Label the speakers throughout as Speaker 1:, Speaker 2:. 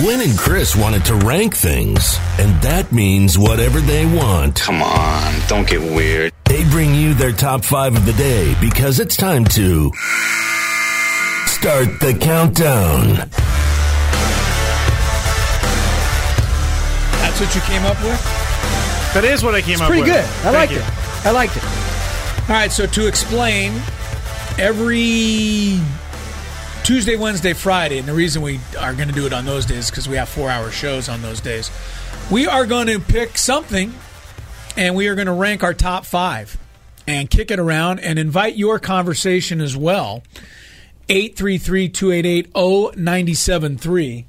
Speaker 1: Gwen and Chris wanted to rank things, and that means whatever they want.
Speaker 2: Come on, don't get weird.
Speaker 1: They bring you their top five of the day because it's time to start the countdown.
Speaker 3: That's what you came up with?
Speaker 4: That is what I came
Speaker 3: It's
Speaker 4: up
Speaker 3: pretty
Speaker 4: with.
Speaker 3: good. I
Speaker 4: Thank
Speaker 3: liked
Speaker 4: you.
Speaker 3: it. I liked it. All right, so to explain, every Tuesday, Wednesday, Friday, and the reason we are going to do it on those days because we have four hour shows on those days, we are going to pick something and we are going to rank our top five and kick it around and invite your conversation as well. 833 288 0973.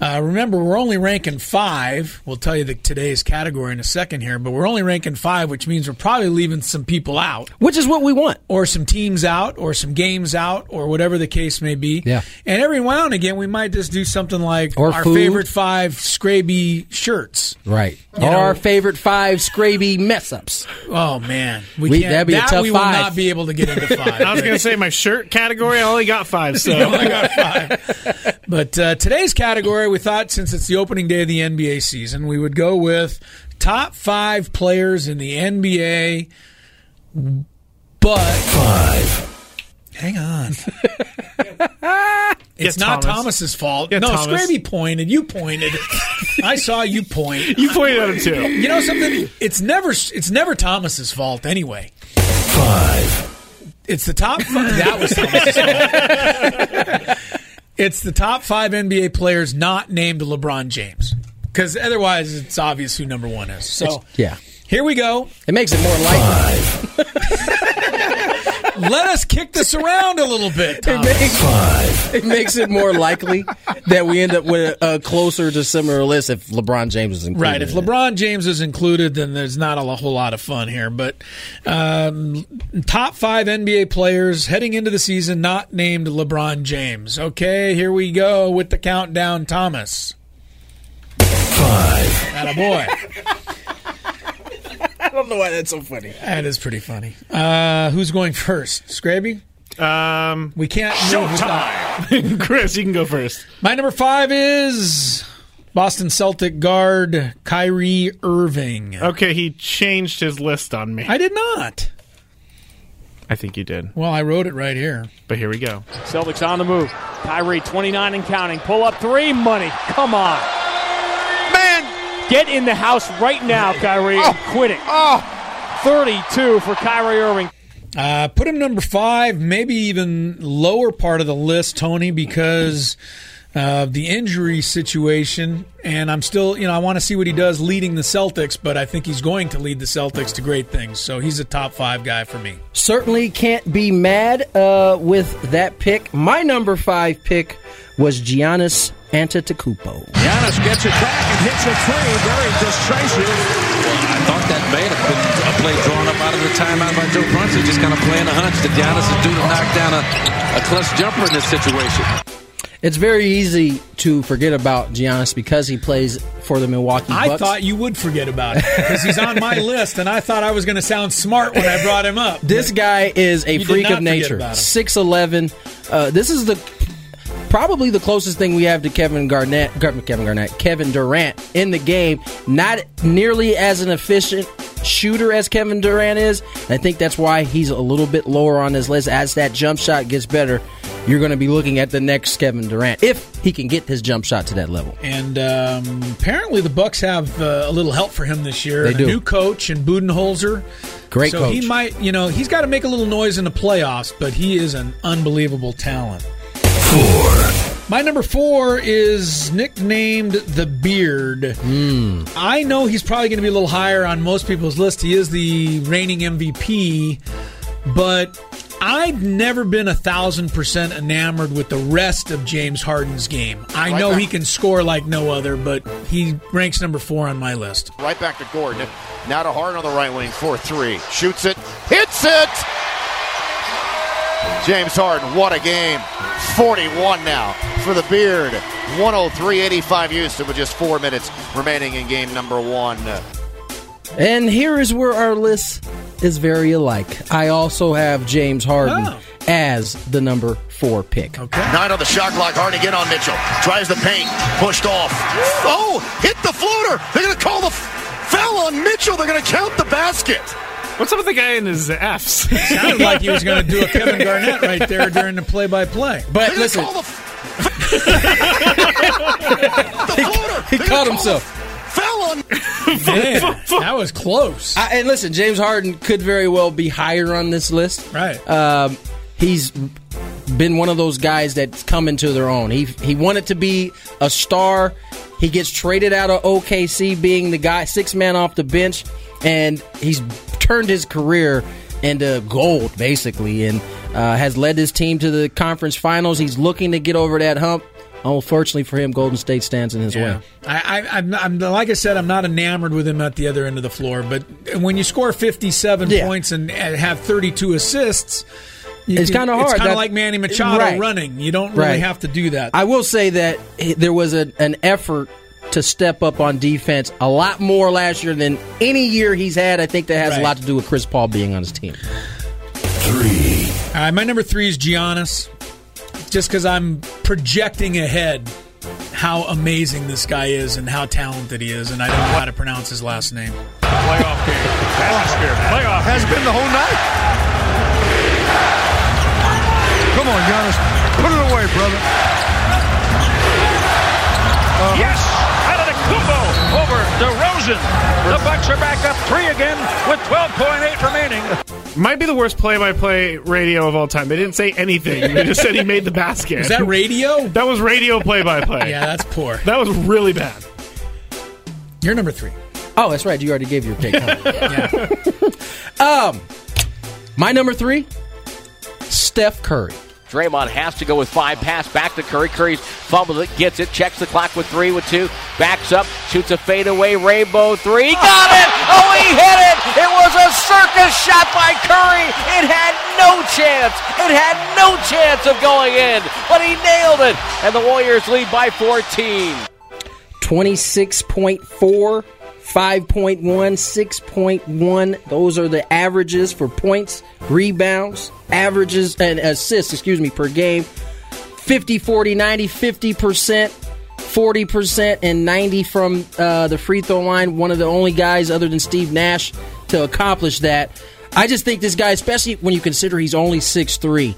Speaker 3: Uh, remember, we're only ranking five. We'll tell you the, today's category in a second here, but we're only ranking five, which means we're probably leaving some people out,
Speaker 5: which is what we want.
Speaker 3: or some teams out, or some games out, or whatever the case may be.
Speaker 5: Yeah.
Speaker 3: And every now and again, we might just do something like
Speaker 5: Or
Speaker 3: our
Speaker 5: food.
Speaker 3: favorite five scraby shirts.
Speaker 5: Right.
Speaker 3: You
Speaker 5: or
Speaker 3: know-
Speaker 5: our favorite five scraby mess ups.
Speaker 3: Oh man, we,
Speaker 5: We-
Speaker 3: can't.
Speaker 5: that'd be a
Speaker 3: that
Speaker 5: tough
Speaker 3: we
Speaker 5: five.
Speaker 3: will not be able to get into five.
Speaker 4: I was going to say my shirt category. I only got five. So
Speaker 3: But uh, today's category, we thought since it's the opening day of the NBA season, we would go with top five players in the NBA. But
Speaker 1: Five.
Speaker 3: hang on, it's
Speaker 4: it's
Speaker 3: not Thomas's fault.
Speaker 4: Yeah,
Speaker 3: no,
Speaker 4: Thomas.
Speaker 3: Scraby pointed. You pointed. I saw you point.
Speaker 4: You pointed at him too.
Speaker 3: You know something? It's never it's never Thomas's fault anyway.
Speaker 1: Five.
Speaker 3: It's the top. Five, that was Thomas's fault. It's the top five NBA players not named LeBron James, because otherwise it's obvious who number one is. So
Speaker 5: Yeah.
Speaker 3: Here we go.
Speaker 5: It makes it more likely.
Speaker 1: Five.
Speaker 3: Let us kick this around a little bit.
Speaker 5: It
Speaker 3: Tom.
Speaker 5: makes,
Speaker 1: Five.
Speaker 5: it makes it more likely that we end up with a, a closer to similar list if LeBron James is included.
Speaker 3: Right. If
Speaker 5: in it.
Speaker 3: LeBron James is included, then there's not a whole lot of fun here. But um, top five NBA players heading into the season not named LeBron James. Okay, here we go with the countdown, Thomas.
Speaker 1: Five.
Speaker 3: Atta boy.
Speaker 5: I don't know why that's so funny.
Speaker 3: that is pretty funny. Uh, who's going first? Scraby?
Speaker 4: Um,
Speaker 3: We can't. move without-
Speaker 4: Showtime. Chris, you can go first.
Speaker 3: My number five is Boston Celtic guard Kyrie Irving.
Speaker 4: Okay, he changed his list on me. I,
Speaker 3: I did not.
Speaker 4: think you did.
Speaker 3: Well, I wrote it right here.
Speaker 4: But here we go.
Speaker 6: Celtics on the move. Kyrie, 29 and counting. Pull up three. Money. Come on.
Speaker 4: Man,
Speaker 6: Get in the house right now, Kyrie. and Quit it. 32 for Kyrie Irving.
Speaker 3: Uh, put him number five, maybe even lower part of the list, Tony, because of the injury situation. And I'm still, you know, I want to see what he does leading the Celtics, but I think he's going to lead the Celtics to great things. So he's a top five guy for me.
Speaker 5: Certainly can't be mad uh, with that pick. My number five pick was Giannis Antetokounmpo.
Speaker 7: Giannis gets it back and hits a three. Very decisive. I thought that may have been a play drawn up out of the timeout by Joe Brunson, just kind of playing a hunch that Giannis is due to knock down a, a clutch jumper in this situation.
Speaker 5: It's very easy to forget about Giannis because he plays for the Milwaukee Bucks.
Speaker 3: I thought you would forget about it because he's on my list, and I thought I was going to sound smart when I brought him up.
Speaker 5: This guy is a
Speaker 3: did
Speaker 5: freak
Speaker 3: not
Speaker 5: of
Speaker 3: forget
Speaker 5: nature.
Speaker 3: about him.
Speaker 5: Six eleven. Uh, this is the probably the closest thing we have to Kevin Garnett. Gar- Kevin Garnett. Kevin Durant in the game. Not nearly as an efficient shooter as Kevin Durant is. And I think that's why he's a little bit lower on this list. As that jump shot gets better, you're going to be looking at the next Kevin Durant if he can get his jump shot to that level.
Speaker 3: And um, apparently, the Bucks have uh, a little help for him this year.
Speaker 5: They
Speaker 3: and
Speaker 5: do.
Speaker 3: A new coach and Budenholzer.
Speaker 5: Great
Speaker 3: so
Speaker 5: coach.
Speaker 3: he might, you know, he's got to make a little noise in the playoffs, but he is an unbelievable talent.
Speaker 1: Four.
Speaker 3: My number four is nicknamed the Beard.
Speaker 5: Hmm.
Speaker 3: I know he's probably going to be a little higher on most people's list. He is the reigning MVP, but I've never been a thousand percent enamored with the rest of James Harden's game. I know he can score like no other, but he ranks number four on my list.
Speaker 8: Right back to Gordon. Now to Harden on the right wing for three. Shoots it. Hits it! James Harden, what a game. 41 now for the Beard. 103.85 Houston with just four minutes remaining in game number one.
Speaker 5: And here is where our list is very alike. I also have James Harden
Speaker 3: Oh.
Speaker 5: as the number four pick.
Speaker 3: Okay.
Speaker 8: Nine on the shot clock. Hard again on Mitchell. Tries the paint. Pushed off. Oh, hit the floater. They're going to call the f- foul on Mitchell. They're going to count the basket.
Speaker 4: What's up with the guy in his F's?
Speaker 3: Sounded like he was going to do a Kevin Garnett right there during the play-by-play.
Speaker 5: But
Speaker 8: They're going to
Speaker 5: listen,
Speaker 8: call the. F- the floater.
Speaker 5: he
Speaker 8: They're gonna
Speaker 5: caught
Speaker 8: call the
Speaker 5: himself.
Speaker 8: f- Foul on.
Speaker 3: Man, that was close.
Speaker 5: I, and listen, James Harden could very well be higher on this list.
Speaker 3: Right.
Speaker 5: Um, he's been one of those guys that's come into their own. He he wanted to be a star. He gets traded out of OKC, being the guy six man off the bench, and he's turned his career into gold basically, and uh, has led his team to the conference finals. He's looking to get over that hump. Unfortunately for him, Golden State stands in his way.
Speaker 3: I, I, I'm, I'm, like I said, I'm not enamored with him at the other end of the floor. But when you score 57
Speaker 5: Yeah.
Speaker 3: points and, and have 32 assists, you
Speaker 5: It's
Speaker 3: can-
Speaker 5: kinda
Speaker 3: It's
Speaker 5: hard.
Speaker 3: kind
Speaker 5: That-
Speaker 3: of like Manny Machado
Speaker 5: Right.
Speaker 3: running. You don't really
Speaker 5: Right.
Speaker 3: have to do that.
Speaker 5: I will say that there was a, an effort to step up on defense a lot more last year than any year he's had. I think that has
Speaker 3: Right.
Speaker 5: a lot to do with Chris Paul being on his team.
Speaker 1: Three.
Speaker 3: All right, my number three is Giannis, just because I'm projecting ahead how amazing this guy is and how talented he is, and I don't know how to pronounce his last name.
Speaker 6: Playoff game. Atmosphere. Playoff.
Speaker 4: Has been the whole night.
Speaker 9: Come on, Giannis. Put it away, brother.
Speaker 6: Yes! Antetokounmpo over DeRozan. The Bucks are back up three again with 12.8 remaining.
Speaker 4: Might be the worst play-by-play radio of all time. They didn't say anything. They just said he made the basket.
Speaker 3: Is that radio?
Speaker 4: That was radio play-by-play.
Speaker 3: yeah, that's poor.
Speaker 4: That was really bad.
Speaker 3: You're number three.
Speaker 5: Oh, that's right. You already gave your pick. huh? Um,
Speaker 3: Yeah.
Speaker 5: My number three, Steph Curry.
Speaker 10: Draymond has to go with five. Pass back to Curry. Curry fumbles it, gets it, checks the clock with three, with two, backs up, shoots a fadeaway rainbow three. Got it! Oh, he hit it! It was a circus shot by Curry. It had no chance. It had no chance of going in, but he nailed it, and the Warriors lead by 14.
Speaker 5: 26.4, 5.1, 6.1. Those are the averages for points, rebounds, averages, and assists, excuse me, per game. 50, 40, 90, 50%, 40%, and 90 from uh, the free throw line. One of the only guys other than Steve Nash to accomplish that. I just think this guy, especially when you consider he's only 6'3,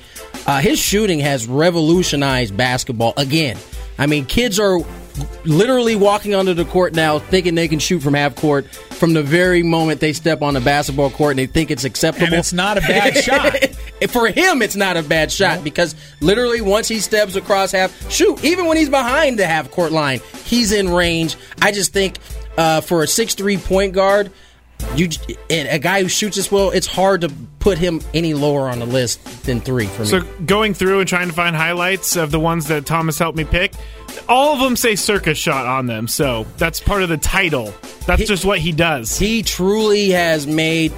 Speaker 5: uh, his shooting has revolutionized basketball again. I mean, kids are literally walking onto the court now thinking they can shoot from half court from the very moment they step on the basketball court and they think it's acceptable.
Speaker 3: And it's not a bad shot.
Speaker 5: For him, it's not a bad shot because literally once he steps across half, shoot, even when he's behind the half court line, he's in range. I just think uh, for a six three point guard, you j- and a guy who shoots this well, it's hard to put him any lower on the list than three for me.
Speaker 4: So going through and trying to find highlights of the ones that Thomas helped me pick, all of them say circus shot on them. So that's part of the title. That's just what he does.
Speaker 5: he truly has made.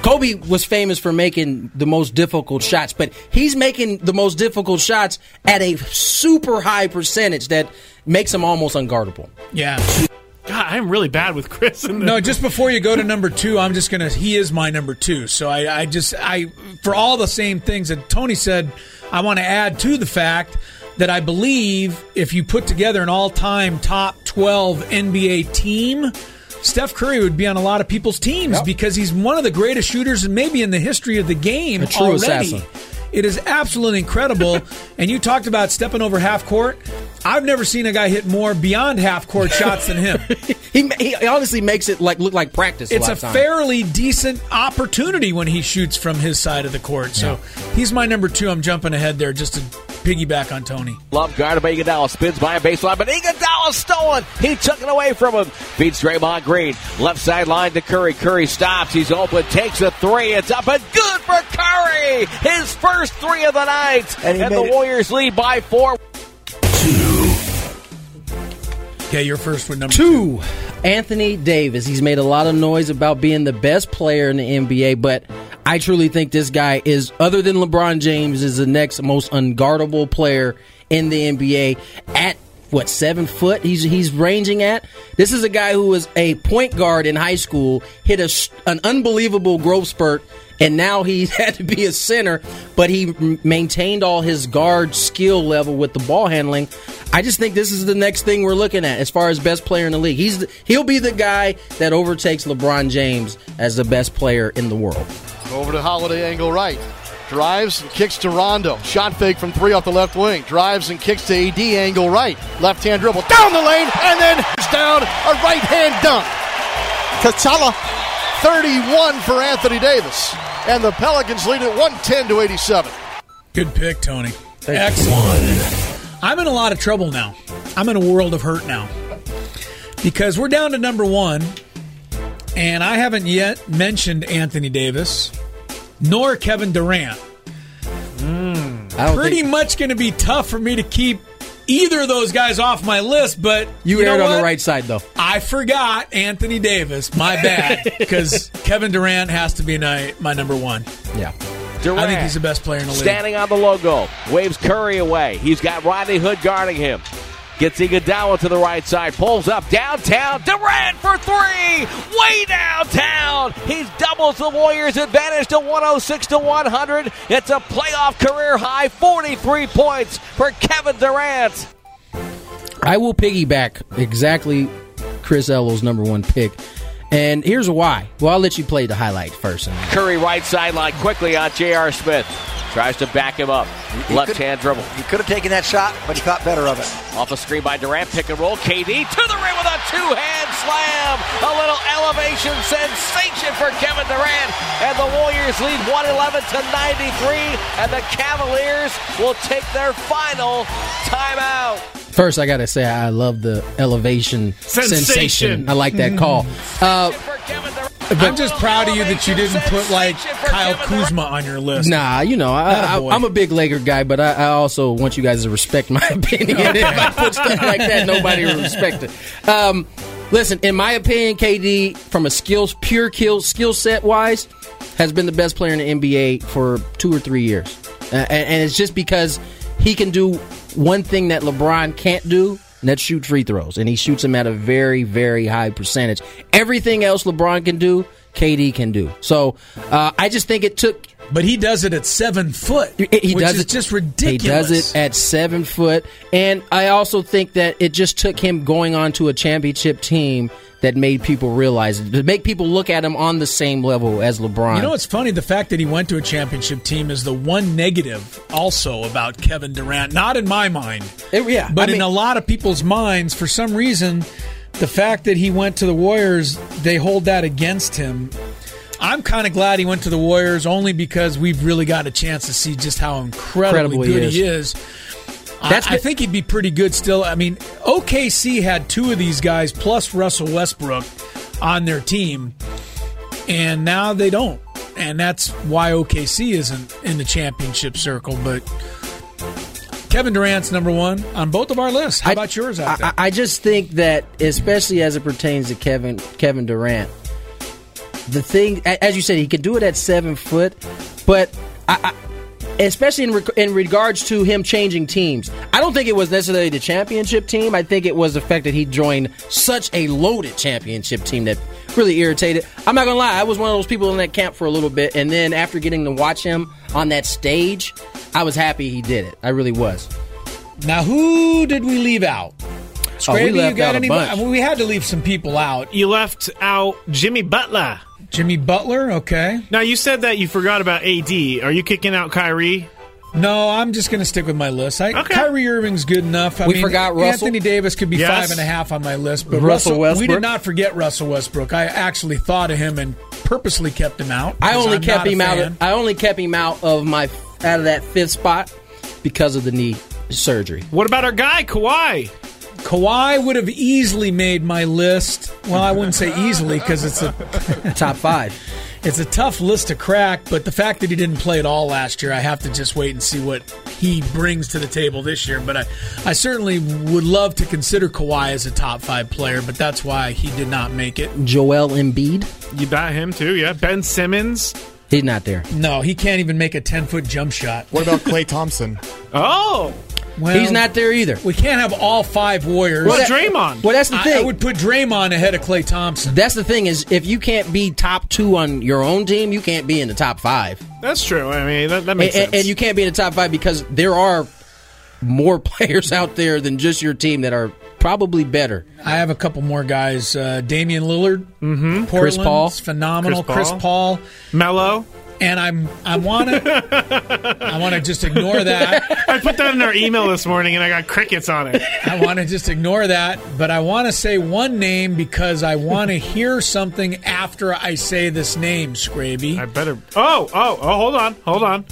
Speaker 5: Kobe was famous for making the most difficult shots, but he's making the most difficult shots at a super high percentage that makes him almost unguardable.
Speaker 3: Yeah.
Speaker 4: God, I'm really bad with Chris. And
Speaker 3: No, just before you go to number two, I'm just gonna. He is my number two. So I, I just, I for all the same things that Tony said, I want to add to the fact that I believe if you put together an all-time top 12 NBA team, Steph Curry would be on a lot of people's teams because he's one of the greatest shooters, and maybe in the history of the game
Speaker 5: A true
Speaker 3: already.
Speaker 5: assassin.
Speaker 3: It is absolutely incredible. and you talked about stepping over half court. I've never seen a guy hit more beyond half court shots than him.
Speaker 5: He, ma- he honestly makes it like look like practice.
Speaker 3: it's a,
Speaker 5: a, lot of time.
Speaker 3: fairly decent opportunity when he shoots from his side of the court. So he's my number two. I'm jumping ahead there just to piggyback on Tony.
Speaker 10: Love guarded by Iguodala. Spins by a baseline, but Iguodala stolen. He took it away from him. Beats Draymond Green. Left sideline to Curry. Curry stops. He's open. Takes a three. It's up and good for Curry. His first three of the night. And, the Warriors lead by four.
Speaker 3: Okay, you're first with number two.
Speaker 5: Two, Anthony Davis. He's made a lot of noise about being the best player in the NBA, but I truly think this guy is, other than LeBron James, is the next most unguardable player in the NBA at what seven foot he's he's ranging at. This is a guy who was a point guard in high school, hit a, s- an unbelievable growth spurt, and now he had to be a center, but he m- maintained all his guard skill level with the ball handling. I just think this is the next thing we're looking at as far as best player in the league. He's the, he'll be the guy that overtakes LeBron James as the best player in the world.
Speaker 11: Over to Holiday, angle right. Drives and kicks to Rondo. Shot fake from three off the left wing. Drives and kicks to AD, angle right. Left hand dribble down the lane, and then down a right hand dunk. Katala, 31 for Anthony Davis. And the Pelicans lead at 110 to 87.
Speaker 3: Good pick, Tony. Excellent. I'm in a lot of trouble now. I'm in a world of hurt now because we're down to number one, and I haven't yet mentioned Anthony Davis nor Kevin Durant.
Speaker 5: I don't
Speaker 3: Pretty
Speaker 5: think-
Speaker 3: much going to be tough for me to keep either of those guys off my list, but
Speaker 5: You,
Speaker 3: you know
Speaker 5: aired on
Speaker 3: what?
Speaker 5: the right side though.
Speaker 3: I forgot Anthony Davis. My bad, because Kevin Durant has to be my, my number one.
Speaker 5: Yeah.
Speaker 10: Durant.
Speaker 3: I think he's the best player in the league.
Speaker 10: Standing on the logo, waves Curry away. He's got Rodney Hood guarding him. Gets Iguodala to the right side, pulls up downtown. Durant for three, way downtown. He doubles the Warriors' advantage to 106 to 100. It's a playoff career high, 43 points for Kevin Durant.
Speaker 5: I will piggyback exactly Chris Ello's number one pick. And here's why. Well, I'll let you play the highlight first. And
Speaker 10: Curry right sideline quickly on J.R. Smith. Tries to back him up. Left hand dribble.
Speaker 12: He could have taken that shot, but he caught better of it.
Speaker 10: Off a screen by Durant, pick and roll. KD to the rim with a two hand slam. A little elevation sensation for Kevin Durant. And the Warriors lead 111 to 93. And the Cavaliers will take their final timeout.
Speaker 5: First, I gotta say I love the elevation
Speaker 10: Sensation.
Speaker 5: sensation. I like that call. Uh,
Speaker 3: Oh. I'm just proud of you that you didn't put like Kyle Kuzma on your list.
Speaker 5: nah, you know I, I, I'm a big Laker guy, but I, I also want you guys to respect my opinion. if I put stuff like that, nobody will respect it. Um, listen, in my opinion, KD from a skills pure kill skill set wise has been the best player in the NBA for two or three years, uh, and, and it's just because he can do one thing that LeBron can't do. And that's shoot free throws, and he shoots them at a very, very high percentage. Everything else LeBron can do, KD can do. So uh, I just think it took.
Speaker 3: But he does it at seven foot.
Speaker 5: He
Speaker 3: which
Speaker 5: does
Speaker 3: is
Speaker 5: it
Speaker 3: just ridiculous.
Speaker 5: He does it at seven foot, and I also think that it just took him going on to a championship team that made people realize it, to make people look at him on the same level as LeBron.
Speaker 3: You know what's funny? The fact that he went to a championship team is the one negative also about Kevin Durant. Not in my mind.
Speaker 5: yeah.
Speaker 3: But in
Speaker 5: I mean-
Speaker 3: a lot of people's minds, for some reason, the fact that he went to the Warriors, they hold that against him. I'm kind of glad he went to the Warriors only because we've really got a chance to see just how incredibly
Speaker 5: Incredible he
Speaker 3: good
Speaker 5: is.
Speaker 3: he is.
Speaker 5: That's
Speaker 3: I, I think he'd be pretty good still. I mean, OKC had two of these guys plus Russell Westbrook on their team, and now they don't. And that's why OKC isn't in the championship circle. But Kevin Durant's number one on both of our lists. How about yours out there?
Speaker 5: I, I just think that, especially as it pertains to Kevin Kevin Durant, the thing, a- as you said, he can do it at seven foot, but I, I, especially in reg- in regards to him changing teams, I don't think it was necessarily the championship team. I think it was the fact that he joined such a loaded championship team that really irritated. I'm not gonna lie, I was one of those people in that camp for a little bit, and then after getting to watch him on that stage, I was happy he did it. I really was.
Speaker 3: Now, who did we leave out?
Speaker 5: Oh,
Speaker 3: Scraby, you got anybody? I mean, we had to leave some people out.
Speaker 4: You left out Jimmy Butler.
Speaker 3: Jimmy Butler, okay.
Speaker 4: Now you said that you forgot about AD. Are you kicking out Kyrie?
Speaker 3: No, I'm just going to stick with my list. I, Kyrie Irving's good enough. I
Speaker 4: We
Speaker 3: mean,
Speaker 4: forgot Russell.
Speaker 3: Anthony Davis could be
Speaker 4: Yes.
Speaker 3: five and a half on my list, but
Speaker 5: Russell
Speaker 3: Russell, We
Speaker 5: Westbrook.
Speaker 3: did not forget Russell Westbrook. I actually thought of him and purposely kept him out.
Speaker 5: I
Speaker 3: 'cause
Speaker 5: only
Speaker 3: I'm
Speaker 5: kept
Speaker 3: not a
Speaker 5: him out.
Speaker 3: fan.
Speaker 5: Of, I only kept him out of my out of that fifth spot because of the knee surgery.
Speaker 4: What about our guy Kawhi?
Speaker 3: Kawhi would have easily made my list. Well, I wouldn't say easily because it's a
Speaker 5: top five.
Speaker 3: It's a tough list to crack, but the fact that he didn't play at all last year, I have to just wait and see what he brings to the table this year. But I, I certainly would love to consider Kawhi as a top five player, but that's why he did not make it.
Speaker 5: Joel Embiid,
Speaker 4: You got him too, yeah. Ben Simmons.
Speaker 5: he's not there.
Speaker 3: No, he can't even make a 10 foot jump shot.
Speaker 13: What about Clay Thompson?
Speaker 4: Oh,
Speaker 5: He's not there either.
Speaker 3: We can't have all five Warriors.
Speaker 5: Well, that- Draymond. well, that's the
Speaker 3: I- I
Speaker 5: thing.
Speaker 3: would put Draymond ahead of Clay Thompson.
Speaker 5: That's the thing is, if you can't be top two on your own team, you can't be in the top five.
Speaker 4: That's true. I mean, that, that
Speaker 5: And,
Speaker 4: makes
Speaker 5: and-
Speaker 4: sense.
Speaker 5: and you can't be in the top five because there are more players out there than just your team that are probably better.
Speaker 3: I have a couple more guys. Uh, Damian Lillard, mm-hmm.
Speaker 5: Chris Paul.
Speaker 3: phenomenal.
Speaker 5: Chris
Speaker 3: Chris Paul, Mello, and I'm I want to I want to just ignore that.
Speaker 4: I put that in our email this morning, and I got crickets on it.
Speaker 3: I want to just ignore that, but I want to say one name because I want to hear something after I say this name, Scraby. I
Speaker 4: better. Oh, oh, oh! Hold on, hold on.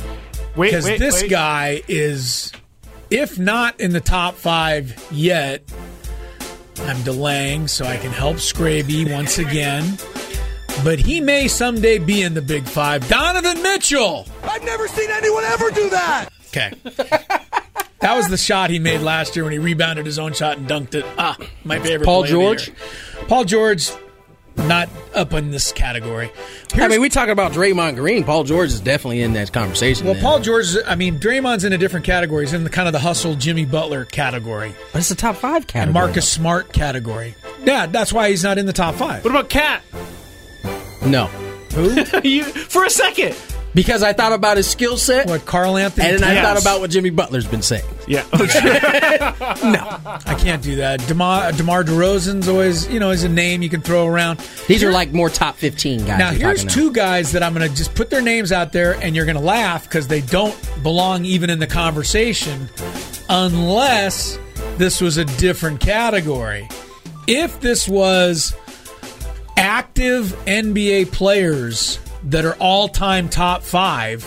Speaker 4: Wait,
Speaker 3: because
Speaker 4: wait,
Speaker 3: this
Speaker 4: wait.
Speaker 3: guy is, if not in the top five yet, I'm delaying so I can help Scraby once again. But he may someday be in the big five. Donovan Mitchell.
Speaker 12: I've never seen anyone ever do that.
Speaker 3: Okay. That was the shot he made last year when he rebounded his own shot and dunked it. Ah, my favorite.
Speaker 5: Paul
Speaker 3: play of the
Speaker 5: George?
Speaker 3: year. Paul George, not up in this category.
Speaker 5: I mean, we talking about Draymond Green. Paul George is definitely in that conversation.
Speaker 3: Well,
Speaker 5: then.
Speaker 3: Paul George, is- I mean, Draymond's in a different category. He's in the kind of the hustle Jimmy Butler category.
Speaker 5: But it's the top five category.
Speaker 3: And Marcus Smart category. Yeah, that's why he's not in the top five. What
Speaker 4: about Cat?
Speaker 5: no,
Speaker 3: Who?
Speaker 4: you, for a second.
Speaker 5: because I thought about his skill set.
Speaker 3: What Carl Anthony?
Speaker 5: And then I
Speaker 3: Towns.
Speaker 5: thought about what Jimmy Butler's been saying.
Speaker 4: Yeah.
Speaker 5: oh,
Speaker 3: I can't do that. DeMar, DeMar DeRozan's always, you know, is a name you can throw around.
Speaker 5: These are like more top fifteen guys.
Speaker 3: Now,
Speaker 5: we're
Speaker 3: here's
Speaker 5: talking
Speaker 3: two guys that I'm going to just put their names out there, and you're going to laugh because they don't belong even in the conversation unless this was a different category. If this was active NBA players that are all time top five,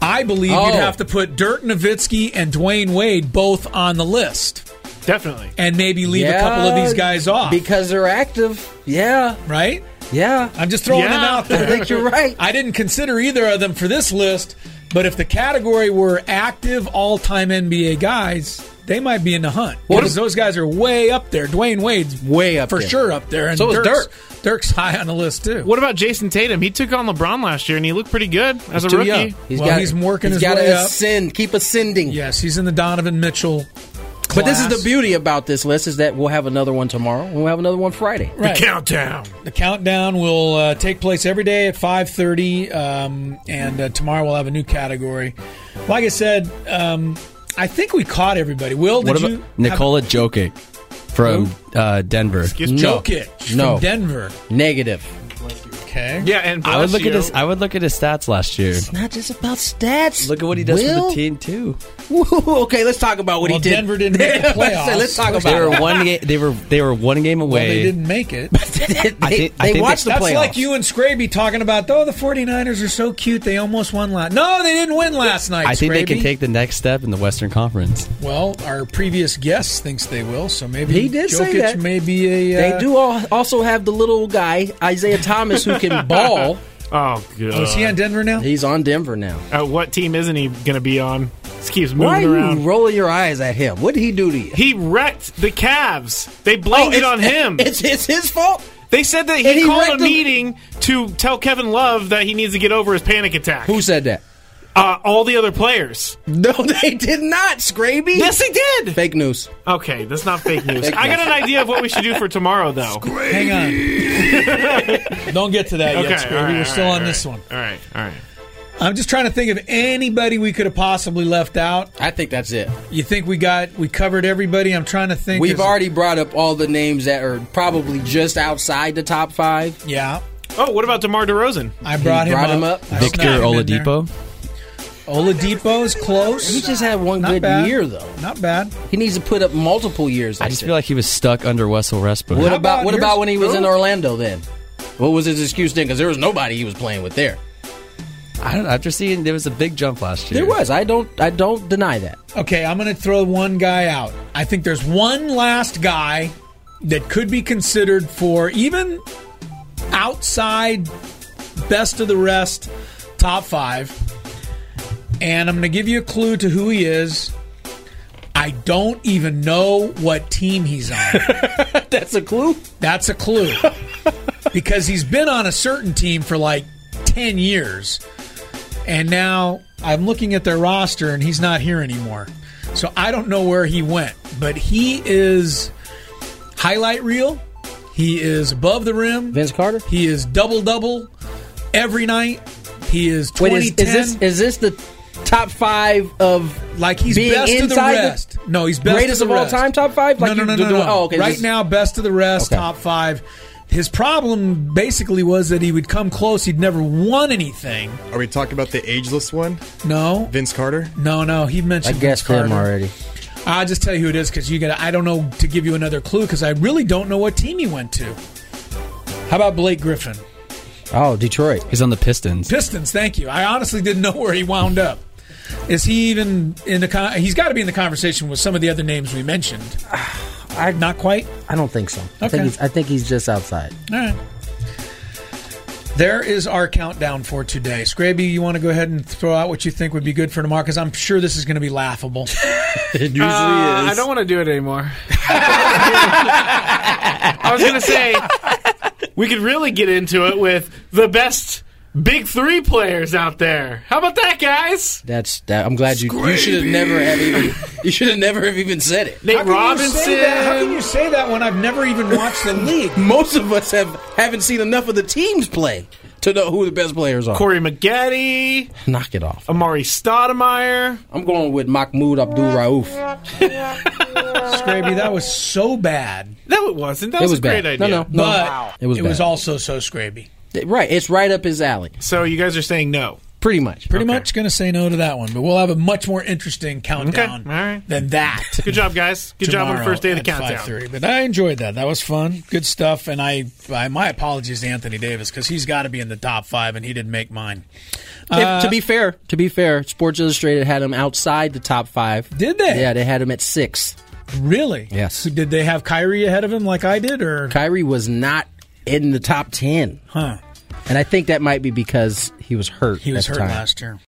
Speaker 3: I believe
Speaker 5: Oh.
Speaker 3: you'd have to put Dirk Nowitzki and Dwayne Wade both on the list.
Speaker 4: Definitely.
Speaker 3: And maybe leave a
Speaker 5: Yeah,
Speaker 3: couple of these guys off.
Speaker 5: because they're active. Yeah,
Speaker 3: right?
Speaker 5: yeah.
Speaker 3: I'm just throwing
Speaker 5: Yeah.
Speaker 3: them out there.
Speaker 5: I think you're right.
Speaker 3: I didn't consider either of them for this list, but if the category were active all-time NBA guys, they might be in the hunt because those guys are way up there. Dwayne Wade's
Speaker 5: way up
Speaker 3: for
Speaker 5: there.
Speaker 3: sure up there, and
Speaker 5: So is
Speaker 3: Dirk's,
Speaker 5: Dirk.
Speaker 3: Dirk's high on the list too.
Speaker 4: What about Jason Tatum? He took on LeBron last year, and he looked pretty good as a
Speaker 5: too
Speaker 4: rookie.
Speaker 5: young. He's
Speaker 3: well,
Speaker 5: got-
Speaker 3: he's working
Speaker 5: he's
Speaker 3: his
Speaker 5: gotta
Speaker 3: way up.
Speaker 5: ascend, keep ascending.
Speaker 3: Yes, he's in the Donovan Mitchell.
Speaker 5: But this is
Speaker 3: class.
Speaker 5: the beauty about this list is that we'll have another one tomorrow. and We'll have another one Friday.
Speaker 3: Right.
Speaker 4: countdown.
Speaker 3: The countdown will uh, take place every day at 5:30, um, and uh, tomorrow we'll have a new category. Like I said, um, I think we caught everybody. Will, did
Speaker 13: What about
Speaker 3: you?
Speaker 13: Nikola Jokic from uh, Denver?
Speaker 3: Excuse me?
Speaker 13: No.
Speaker 3: Jokic
Speaker 13: no.
Speaker 3: from Denver.
Speaker 5: Negative.
Speaker 3: Okay.
Speaker 4: Yeah, and
Speaker 13: I would look at his. I would look at his stats last year.
Speaker 5: Not just about stats.
Speaker 13: Look at what he does
Speaker 5: Will?
Speaker 13: for the team too.
Speaker 5: Woo, okay, let's talk about what
Speaker 3: Well,
Speaker 5: he did.
Speaker 3: Denver didn't make the playoffs.
Speaker 5: let's talk about
Speaker 13: They were
Speaker 5: it.
Speaker 13: one. Ga- they were they were one game away.
Speaker 3: Well, they didn't make it.
Speaker 13: I
Speaker 5: They-
Speaker 13: think- I
Speaker 5: they
Speaker 13: think
Speaker 5: watched the
Speaker 3: That's
Speaker 5: playoffs.
Speaker 3: like you and Scraby talking about, oh, the 49ers are so cute. They almost won last No, they didn't win last night.
Speaker 13: I think they can
Speaker 3: Scraby.
Speaker 13: take the next step in the Western Conference.
Speaker 3: Well, our previous guest thinks they will, so maybe
Speaker 5: He did
Speaker 3: Jokic
Speaker 5: say that.
Speaker 3: may be a.
Speaker 5: they
Speaker 3: uh,
Speaker 5: do all, also have the little guy Isaiah Thomas who can ball.
Speaker 4: Oh, good.
Speaker 3: Oh, is he on Denver now?
Speaker 5: He's on Denver now.
Speaker 4: Uh, what team isn't he going to be on? Just keeps moving
Speaker 5: Why are
Speaker 4: around.
Speaker 5: you rolling your eyes at him? What did he do to you? Oh,
Speaker 4: he wrecked the Cavs. They blamed it
Speaker 5: it's-
Speaker 4: Oh, on him.
Speaker 5: It's, it's his fault.
Speaker 4: They said that
Speaker 5: And
Speaker 4: he,
Speaker 5: he
Speaker 4: called a
Speaker 5: wrecked them-
Speaker 4: meeting to tell Kevin Love that he needs to get over his panic attack.
Speaker 5: Who said that?
Speaker 4: Uh, all the other players.
Speaker 5: No, they did not, Scraby.
Speaker 4: Yes, they did.
Speaker 5: Fake news.
Speaker 4: Okay, that's not fake news.
Speaker 5: Fake
Speaker 4: I got an idea of what we should do for tomorrow, though.
Speaker 3: Hang on. Don't get to that
Speaker 4: Okay,
Speaker 3: yet, Scraby.
Speaker 4: all right,
Speaker 3: We're
Speaker 4: all
Speaker 3: still
Speaker 4: right,
Speaker 3: on
Speaker 4: all
Speaker 3: this
Speaker 4: right.
Speaker 3: one.
Speaker 4: All right, all right.
Speaker 3: I'm just trying to think of anybody we could have possibly left out.
Speaker 5: I think that's it.
Speaker 3: You think we got we covered everybody? I'm trying to think.
Speaker 5: We've
Speaker 3: Is-
Speaker 5: already brought up all the names that are probably just outside the top five.
Speaker 3: Yeah,
Speaker 4: Oh, what about DeMar DeRozan?
Speaker 3: I brought,
Speaker 5: You
Speaker 3: him,
Speaker 5: brought
Speaker 3: up.
Speaker 5: him up?
Speaker 3: I
Speaker 13: Victor
Speaker 3: snuck him in there.
Speaker 13: Oladipo.
Speaker 3: Oladipo's close.
Speaker 5: He just had one
Speaker 3: Not
Speaker 5: good
Speaker 3: bad.
Speaker 5: year, though.
Speaker 3: Not bad.
Speaker 5: He needs to put up multiple years.
Speaker 13: I
Speaker 5: like
Speaker 13: just
Speaker 5: that.
Speaker 13: feel like he was stuck under Wessel Westbrook.
Speaker 5: What
Speaker 3: How
Speaker 5: about
Speaker 3: about
Speaker 5: what
Speaker 3: here's-
Speaker 5: about when he was in
Speaker 3: Ooh.
Speaker 5: Orlando then? What was his excuse then? Because there was nobody he was playing with there.
Speaker 13: I don't know. After seeing there was a big jump last year.
Speaker 5: There was. I don't. I don't deny that.
Speaker 3: Okay, I'm going to throw one guy out. I think there's one last guy that could be considered for even outside best of the rest top five. And I'm going to give you a clue to who he is. I don't even know what team he's on.
Speaker 5: That's a clue.
Speaker 3: That's a clue. because he's been on a certain team for like 10 years. And now I'm looking at their roster and he's not here anymore. So I don't know where he went, but he is highlight reel. He is above the rim.
Speaker 5: Vince Carter.
Speaker 3: He is double double every night. He is
Speaker 5: Wait,
Speaker 3: twenty
Speaker 5: is, is this is this the top five of
Speaker 3: like he's
Speaker 5: being
Speaker 3: best of the
Speaker 5: inside
Speaker 3: rest. no, he's best
Speaker 5: greatest
Speaker 3: of, the
Speaker 5: all
Speaker 3: rest.
Speaker 5: time. Top five. Like
Speaker 3: no,
Speaker 5: you
Speaker 3: no, no,
Speaker 5: do-
Speaker 3: no,
Speaker 5: do-
Speaker 3: no.
Speaker 5: Oh, okay.
Speaker 3: Right
Speaker 5: this-
Speaker 3: now, best of the rest,
Speaker 5: Okay.
Speaker 3: top five. His problem basically was that he would come close. He'd never won anything.
Speaker 14: Are we talking about the ageless one?
Speaker 3: No.
Speaker 14: Vince Carter?
Speaker 3: No, no. He mentioned.
Speaker 14: I guessed
Speaker 3: Vince
Speaker 14: him
Speaker 3: Carter.
Speaker 14: already.
Speaker 3: I'll just tell you who it is because you got. I don't know to give you another clue because I really don't know what team he went to. How about Blake Griffin?
Speaker 5: Oh, Detroit.
Speaker 13: He's on the Pistons.
Speaker 3: Pistons. Thank you. I honestly didn't know where he wound up. Is he even in the? Con- he's got to be in the conversation with some of the other names we mentioned. I not quite.
Speaker 5: I don't think so. I
Speaker 3: Okay.
Speaker 5: think he's, I think he's just outside.
Speaker 3: All right. There is our countdown for today. Scraby, you want to go ahead and throw out what you think would be good for tomorrow? Because I'm sure this is going to be laughable. it usually
Speaker 4: Uh, I don't want to do it anymore. I was gonna say we could really get into it with the best big three players out there. How about that, guys?
Speaker 5: That's that. I'm glad you. You should have never have even. You should have never have even said it.
Speaker 4: Nate Robinson.
Speaker 3: How can you say that when I've never even watched the league?
Speaker 5: Most of us have haven't seen enough of the teams play to know who the best players are.
Speaker 4: Corey Maggette,
Speaker 5: Knock it off.
Speaker 4: Amari Stoudemire.
Speaker 5: I'm going with Mahmoud Abdul Rauf.
Speaker 3: Scraby, that was so bad.
Speaker 4: No, it wasn't. That
Speaker 5: It
Speaker 4: was,
Speaker 5: was
Speaker 4: a
Speaker 5: bad.
Speaker 4: great
Speaker 5: No,
Speaker 4: idea.
Speaker 5: no, no.
Speaker 3: But
Speaker 5: Wow.
Speaker 3: it
Speaker 5: It was
Speaker 3: was,
Speaker 5: bad.
Speaker 3: also so Scraby.
Speaker 5: Right. It's right up his alley.
Speaker 4: So you guys are saying no.
Speaker 5: Pretty much.
Speaker 3: Pretty much going to say no to that one, but we'll have a much more interesting countdown
Speaker 4: All right.
Speaker 3: than that.
Speaker 4: Good job, guys. Good job on the
Speaker 3: tomorrow
Speaker 4: first day of the
Speaker 3: at
Speaker 4: countdown.
Speaker 3: 5:30. But I enjoyed that. That was fun. Good stuff. And I, I my apologies to Anthony Davis because he's got to be in the top five, and he didn't make mine. Uh,
Speaker 5: If- to be fair, to be fair, Sports Illustrated had him outside the top five.
Speaker 3: Did they?
Speaker 5: Yeah, they had him at six.
Speaker 3: Really?
Speaker 5: Yes.
Speaker 3: Did they have Kyrie ahead of him like I did, or
Speaker 5: Kyrie was not in the top ten?
Speaker 3: Huh.
Speaker 5: And I think that might be because he was hurt.
Speaker 3: He was
Speaker 5: at the
Speaker 3: hurt
Speaker 5: time.
Speaker 3: last year.